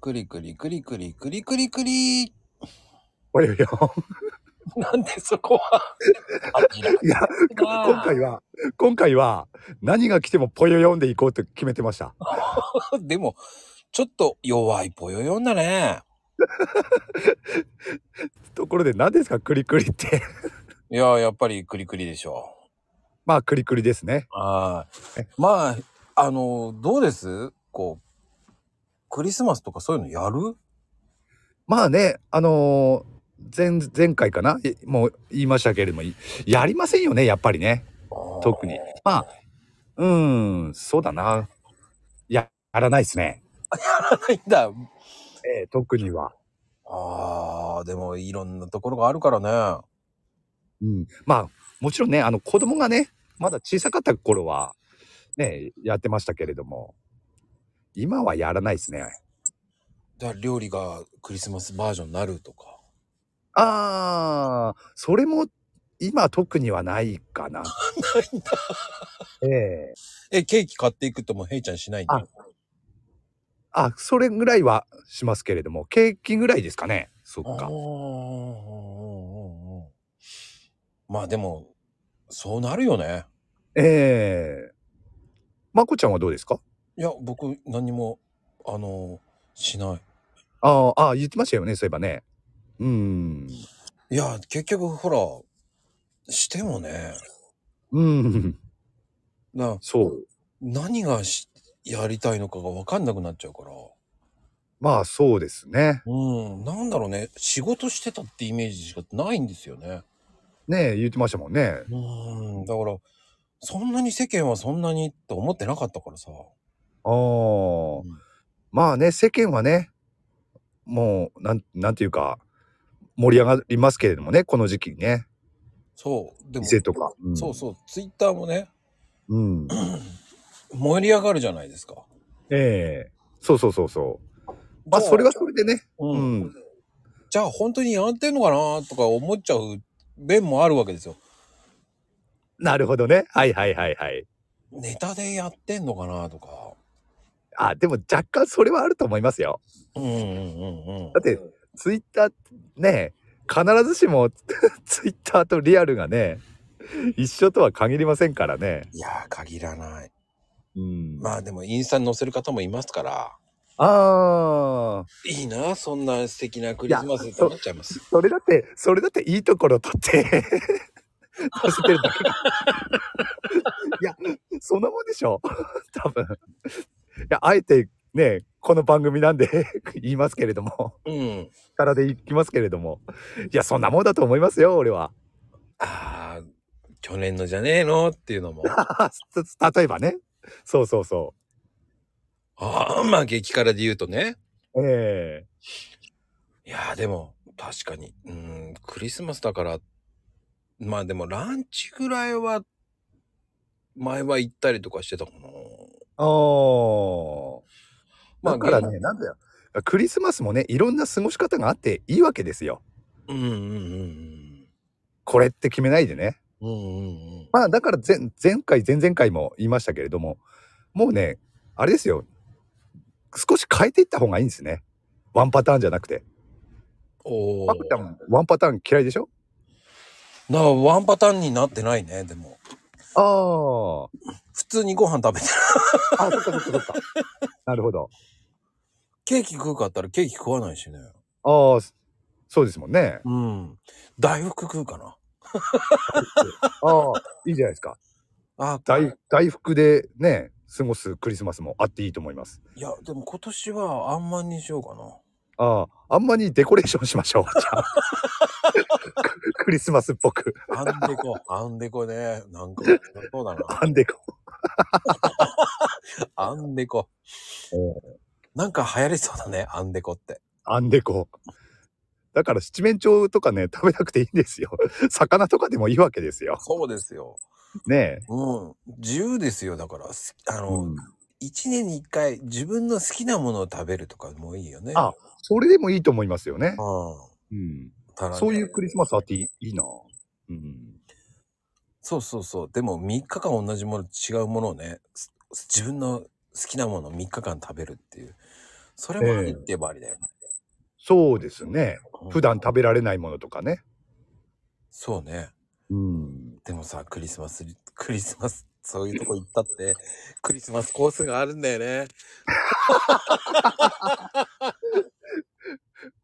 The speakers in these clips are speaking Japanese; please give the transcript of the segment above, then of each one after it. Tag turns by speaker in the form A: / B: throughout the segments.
A: くりくりくりくりくりくりくり。
B: およよ。
A: なんでそこは。
B: い や、こ
A: あー
B: 今回は、今回は、何が来てもぽよよんでいこうと決めてました。
A: でも、ちょっと弱いぽよよんだね。
B: ところで、何ですか、クリクリって。
A: いや、やっぱりくりくりでしょ
B: まあ、クリクリですね。
A: う。はい。まあ、あの、どうですこう、クリスマスとかそういうのやる
B: まあね、あのー前、前回かな、いもう言いましたけれども、いやりませんよね、やっぱりね。特に。まあ、うーん、そうだな。ややらないですね。
A: ないんだ。
B: えー特には。
A: ああ、でもいろんなところがあるからね。
B: うん、まあもちろんねあの子供がねまだ小さかった頃はねやってましたけれども今はやらないですね
A: だから料理がクリスマスバージョンになるとか。
B: あーそれも今特にはないかな
A: ないんだ。
B: ええ
A: え、ケーキ買っていくともヘイちゃんしないんだ。
B: ああそれぐらいはしますけれどもケーキぐらいですかねそっ
A: あー
B: か
A: うんうんうんまあでも、そうなるよね。
B: ええまこちゃんはどうですか
A: いや、僕何も、あの、しない。
B: あーあー言ってましたよねそういえばねうん
A: いや、結局ほら、してもね、
B: うん
A: な
B: そう
A: 何がしやりたいのかが分かんなくなっちゃうから。
B: まあそうですね
A: うん、なんだろうね、仕事してたってイメージしかないんですよね。
B: ねえ言ってましたもんね
A: うん、だから、そんなに世間はそんなにって思ってなかったからさ。
B: ああ
A: うん
B: まあね世間はねもうなんなんていうか盛り上がりますけれどもねこの時期ね
A: そう、でも、
B: 店とか、ん
A: そうそう、ツイッターもね、
B: う、ん、
A: 盛り上がるじゃないですか。
B: ええそうそうそうそうまあそれはそれでね
A: う、
B: うんん、
A: じゃあ本当にやってんのかなとか思っちゃう面もあるわけですよ。
B: なるほどねはいはいはいはい
A: ネタでやってんのかなとか。
B: あでも若干それはあると思いますよ
A: うんうんうんうん
B: だ。ってツイッターね必ずしも ツイッターとリアルがね一緒とは限りませんからね
A: いやー、限らない。
B: うん
A: まあでもインスタに載せる方もいますから、
B: ああ
A: いいな、そんな素敵なクリスマスってなっちゃいます。
B: それだって、それだっていいところ取って、出せてるだけ。いや、そんなもんでしょ。多分。いや、あえてね、この番組なんで 言いますけれども、
A: うん。
B: からでいきますけれども、いや、そんなもんだと思いますよ、俺は。
A: ああ、去年のじゃねえのっていうのも。
B: 例えばね。そうそうそ
A: ああ、まあ激辛で言うとね。
B: う。ええ
A: いやーでも、確かに。うん、クリスマスだから、まあでもランチぐらいは、前は行ったりとかしてたかな。
B: お
A: まあ
B: だからね、なんだよ。クリスマスもね、いろんな過ごし方があっていいわけですよ。
A: うんうんうん
B: これって決めないでね。
A: うん。うんうんうん。
B: まあだから前前回前々回も言いましたけれどももうねあれですよ少し変えていった方がいいんですねワンパターンじゃなくて
A: お
B: パクちゃ
A: ー。
B: んワンパターン嫌いでしょ
A: なあワンパターンになってないね、でも。
B: あ
A: 普通にご飯食べてる。
B: ーあそっかそっか そっかなるほど
A: ケーキ食うかったらケーキ食わないしね。
B: ああそうですもんね
A: うん。大福食うかな。
B: ああいいじゃないですか
A: あ
B: 大大福でね過ごすクリスマスもあっていいと思います
A: いや、でも今年はあんまんにしようかな。
B: あああんまりデコレーションしましょうじゃあ クリスマスっぽく
A: アンデコ、アンデコね。なんか、そうだな。
B: あんでこ
A: アンデコ。なんか流行りそうだね、アンデコって。
B: アンデコ。だから七面鳥とかね、食べなくていいんですよ。 魚とかでもいいわけですよ。
A: そうですよ。
B: ね
A: うん。自由ですよ、だから。すあ
B: え。
A: の、一、年に一回自分の好きなものを食べるとかもいいよね。
B: あそれでもいいと思いますよね。
A: う
B: うん、
A: ん。
B: そういうクリスマ
A: ス。
B: スあっていいいいな。うん、
A: そうそうそう。でも3日間同じもの、違うものをね、す自分の好きなものを3日間食べるっていう。それもありって言えばありだよね。
B: そうですね。
A: うん
B: 普段食べられないものとかね。
A: そうね。
B: うん。
A: でもさ、クリスマスに、クリスマス、そういうとこ行ったって、クリスマスコースがあるんだよね。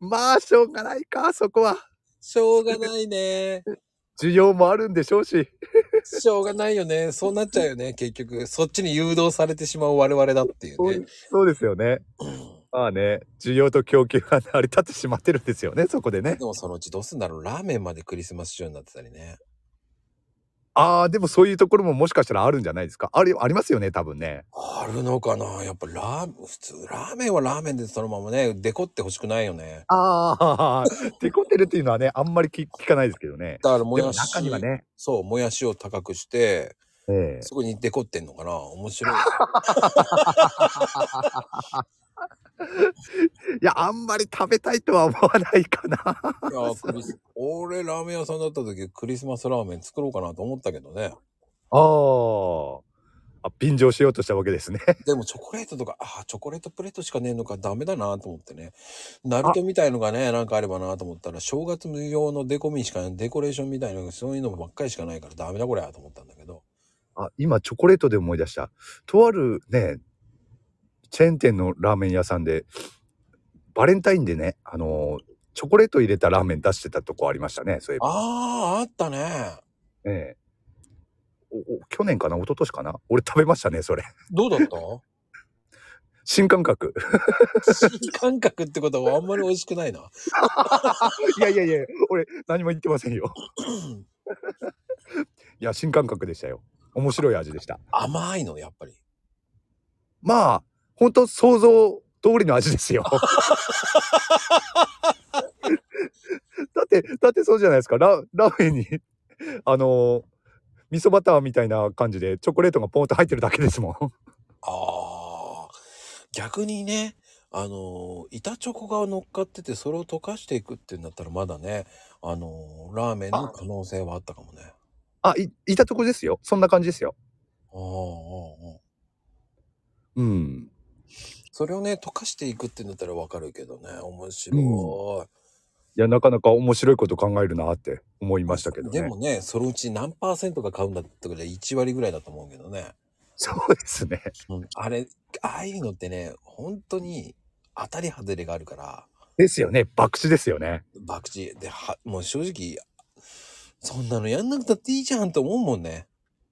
B: まあ、しょうがないか、そこは。
A: しょうがないね。
B: 需要もあるんでしょうし。
A: しょうがないよね。そうなっちゃうよね、結局。そっちに誘導されてしまう我々だってい
B: そうう
A: ね。
B: そうですよね。まあね、需要と供給が成り立ってしまってるんですよね、そこでね
A: で。もそのうちどうすんだろう。ラーメンまでクリスマス仕様になってたりね。
B: ああ、でもそういうところももしかしたらあるんじゃないですか。ありありますよね、多分ね。
A: あるのかなやっぱラー、普通、ラーメンはラーメンでそのままね、デコってほしくないよね。
B: ああ、 デコってるっていうのはね、あんまり聞聞かないですけどね。
A: だからも
B: で
A: や
B: も
A: し、
B: 中にはね、
A: そう、もやしを高くして、
B: ええ
A: そこにデコってんのかな面 白い。
B: いや、あんまり食べたいとは思わない かな。
A: いやクリス俺ラーメン屋さんだった時クリスマスラーメン作ろうかなと思ったけどね
B: あーあ、便乗しようとしたわけですね。
A: でもチョコレートとかあーチョコレートプレートしかねえのかダメだなと思ってねナルトみたいのがねなんかあればなと思ったら正月無用のデコミンしかデコレーションみたいなそういうのばっかりしかないからダメだこれと思ったんだけど
B: あ、今チョコレートで思い出した。とあるね、チェーン店のラーメン屋さんで、バレンタインでね、あのーチョコレート入れたラーメン出してたとこありましたね、そういえば。
A: あーあったね
B: ええおお去年かな一昨年かな俺食べましたね、それ。
A: どうだった
B: 新感覚。
A: 新感覚ってことはあんまり美味しくないない
B: やいやいや、俺何も言ってませんよ。いや、新感覚でしたよ。面白い味でした。
A: 甘いのやっぱり
B: まあ、本当想像通りの味ですよ。 だって、だってそうじゃないですか。ララーメンに、あのー味噌バターみたいな感じでチョコレートがポンと入ってるだけですもん。
A: ああ。逆にね、あのー板チョコが乗っかってて、それを溶かしていくっていうんだったら、まだね、あのーラーメンの可能性はあったかもね。
B: あ、い、いたとこですよ。そんな感じですよ。
A: ああ、ああ。
B: うん。
A: それをね、溶かしていくっていうんだったらわかるけどね、面白
B: いや、なかなか面白いこと考えるなって思い
A: い。
B: ましたけどね。
A: でもね、そのうち何パーセントが買うんだってことで1割ぐらいだと思うけどね。
B: そうですね。
A: うん、あれ、ああいうのってね、本当に当たり外れがあるから。
B: ですよね。爆死ですよね。
A: 博打ではもう正直そんなのやんなくたっていいじゃんと思うもんね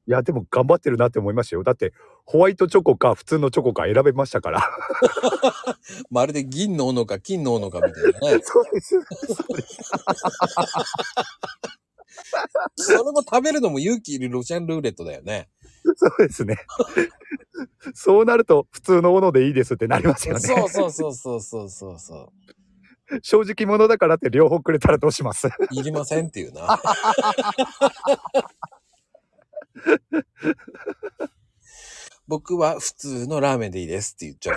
B: いや、でも頑張ってるなって思いましたよ。だって、ホワイトチョコか普通のチョコか選べましたから。
A: まるで銀の斧か金の斧かみたいな ね
B: そうです。
A: それも食べるのも勇気いるロシアンルーレットだよね
B: そうですね。 そうなると、普通の斧でいいですってなりますよね。
A: そうそうそうそうそうそうそ
B: 正直者だからって両方くれたらどうします
A: ういりませんっていうな僕は普通のラーメンでいいですって言っちゃう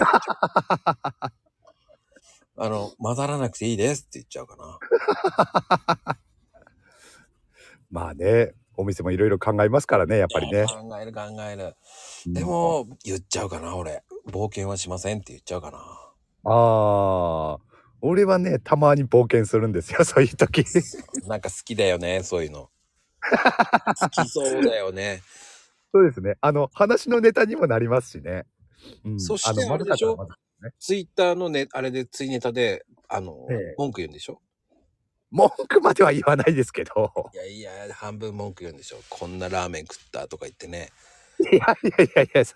A: あの混ざらなくていいですって言っちゃうかな
B: まあね、お店もいろいろ考えますからね、やっぱりね。
A: 考える考えるでも、言っちゃうかな、俺。冒険はしませんって言っちゃうかな。
B: うん。ああ。俺はね、たまに冒険するんですよ、 そういう時。
A: なんか好きだよね、そういうの。好きそうだよね。
B: そうですね。あの、話のネタにもなりますしね。うん
A: そして
B: の
A: あれでしょ
B: まだだからまだ
A: ツイッターのね、あれで、ツイネタで、あの、
B: ええ
A: 文句言うんでしょ
B: 文句までは言わないですけど。
A: いやいや、半分文句言うんでしょこんなラーメン食ったとか言ってね。
B: いやいやいやいや、そ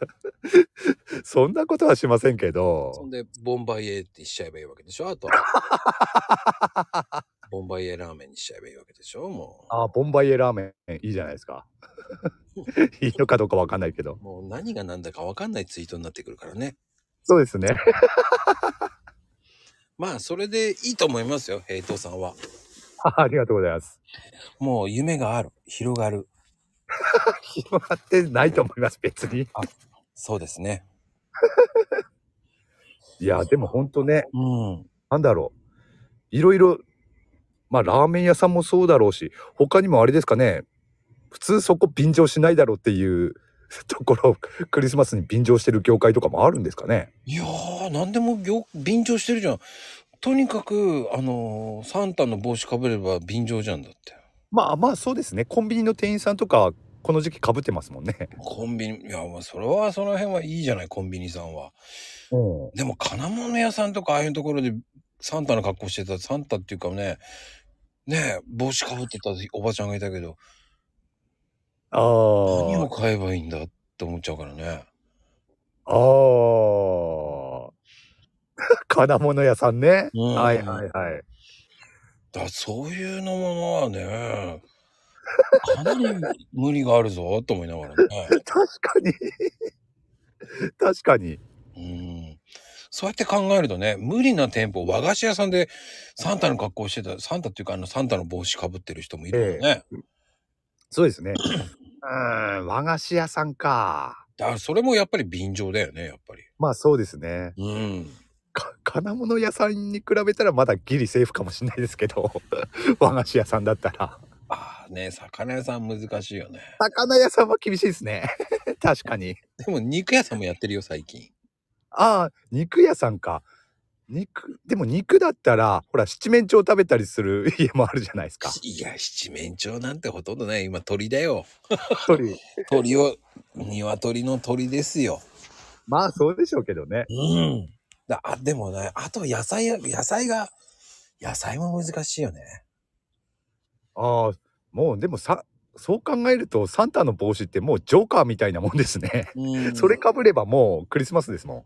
B: そんなことはしませんけ
A: そ
B: ど
A: ん。で、ボンバイエってしちゃえばいいわけでしょあと。 ボンバイエラーメンにしちゃえばいいわけでしょも
B: あー、ボンバイエラーメン、いいじゃないで すか。いいのかどうかわかんないけど
A: う。。もう何が何だかわかんないツイートになってくるからね。
B: そうですね。
A: まあ、それでいいと思いますよ、平等さんは。
B: ありがとうございます。
A: もう夢がある。広がる。
B: 広がってないと思います、別に。
A: そうですね。
B: いや、でも本当ね、
A: うん。
B: なんだろう。いろいろ、まあ、ラーメン屋さんもそうだろうし、他にもあれですかね、普通そこ便乗しないだろうっていうところ、クリスマスに便乗してる業界とかもあるんですかね。
A: いやー、何でも病便乗してるじゃん。とにかく、あのーサンタの帽子かぶれば便乗じゃんだって。
B: まあまあそうですね。コンビニの店員さんとか、この時期かぶってますもんね。
A: コンビニ、いや、まあ、それは、その辺はいいじゃない、コンビニさんは。
B: うん。
A: でも、金物屋さんとか、ああいうところで、サンタの格好してた、サンタっていうかね、ねえ、帽子かぶってたおばちゃんがいたけど、
B: あ
A: 何を
B: ー
A: 買えばいいんだって思っちゃうからね。
B: あー。 金物屋さんね。
A: うん
B: はいはいはい。
A: だからそういうのものはね、 かなり無理があるぞ、と思いながらね。
B: 確かに。 確かに。
A: うんそうやって考えるとね、無理な店舗、和菓子屋さんでサンタの格好してた、サンタっていうかあのサンタの帽子かぶってる人もいるよね。
B: そうですね。うーん、和菓子屋さんか。
A: だからそれもやっぱり便乗だよね、やっぱり。
B: まあそうですね。
A: うん。
B: か金物屋さんに比べたらまだギリセーフかもしれないですけど 和菓子屋さんだったら
A: ああね、魚屋さん難しいよね。
B: 魚屋さんは厳しいですね 確かに
A: でも肉屋さんもやってるよ、最近。
B: ああ肉屋さんか肉でも肉だったらほら七面鳥食べたりする 家もあるじゃないですか
A: いや、七面鳥なんてほとんどない。今鳥だよ。
B: 一人
A: 鳥を、鶏の鳥ですよ。
B: まあそうでしょうけどね
A: うん。だあでもね、あと野菜や、野菜が、野菜も難しいよね。
B: ああもうでもさそう考えるとサンタの帽子ってもうジョーカーみたいなもんですね
A: うん
B: それかぶればもうクリスマスですもん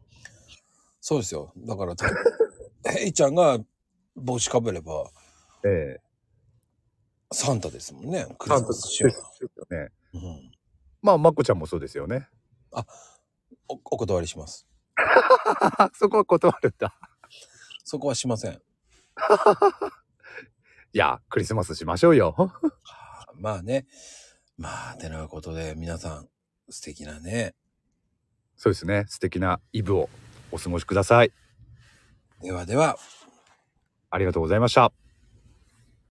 A: そうですよ。だ から、ヘイちゃんが帽子かぶれば、
B: ええ
A: サンタですもんね。クリスマス仕様
B: ですよね
A: な。うん。
B: まあまこちゃんもそうですよね
A: お、お断りします。
B: そこは断るんだ
A: そこはしません。
B: いや、クリスマスしましょうよ。
A: まあね。まあ、てなことで、皆さん、素敵なね。
B: そうですね。素敵なイブをお過ごしください。
A: ではでは、
B: ありがとうございました。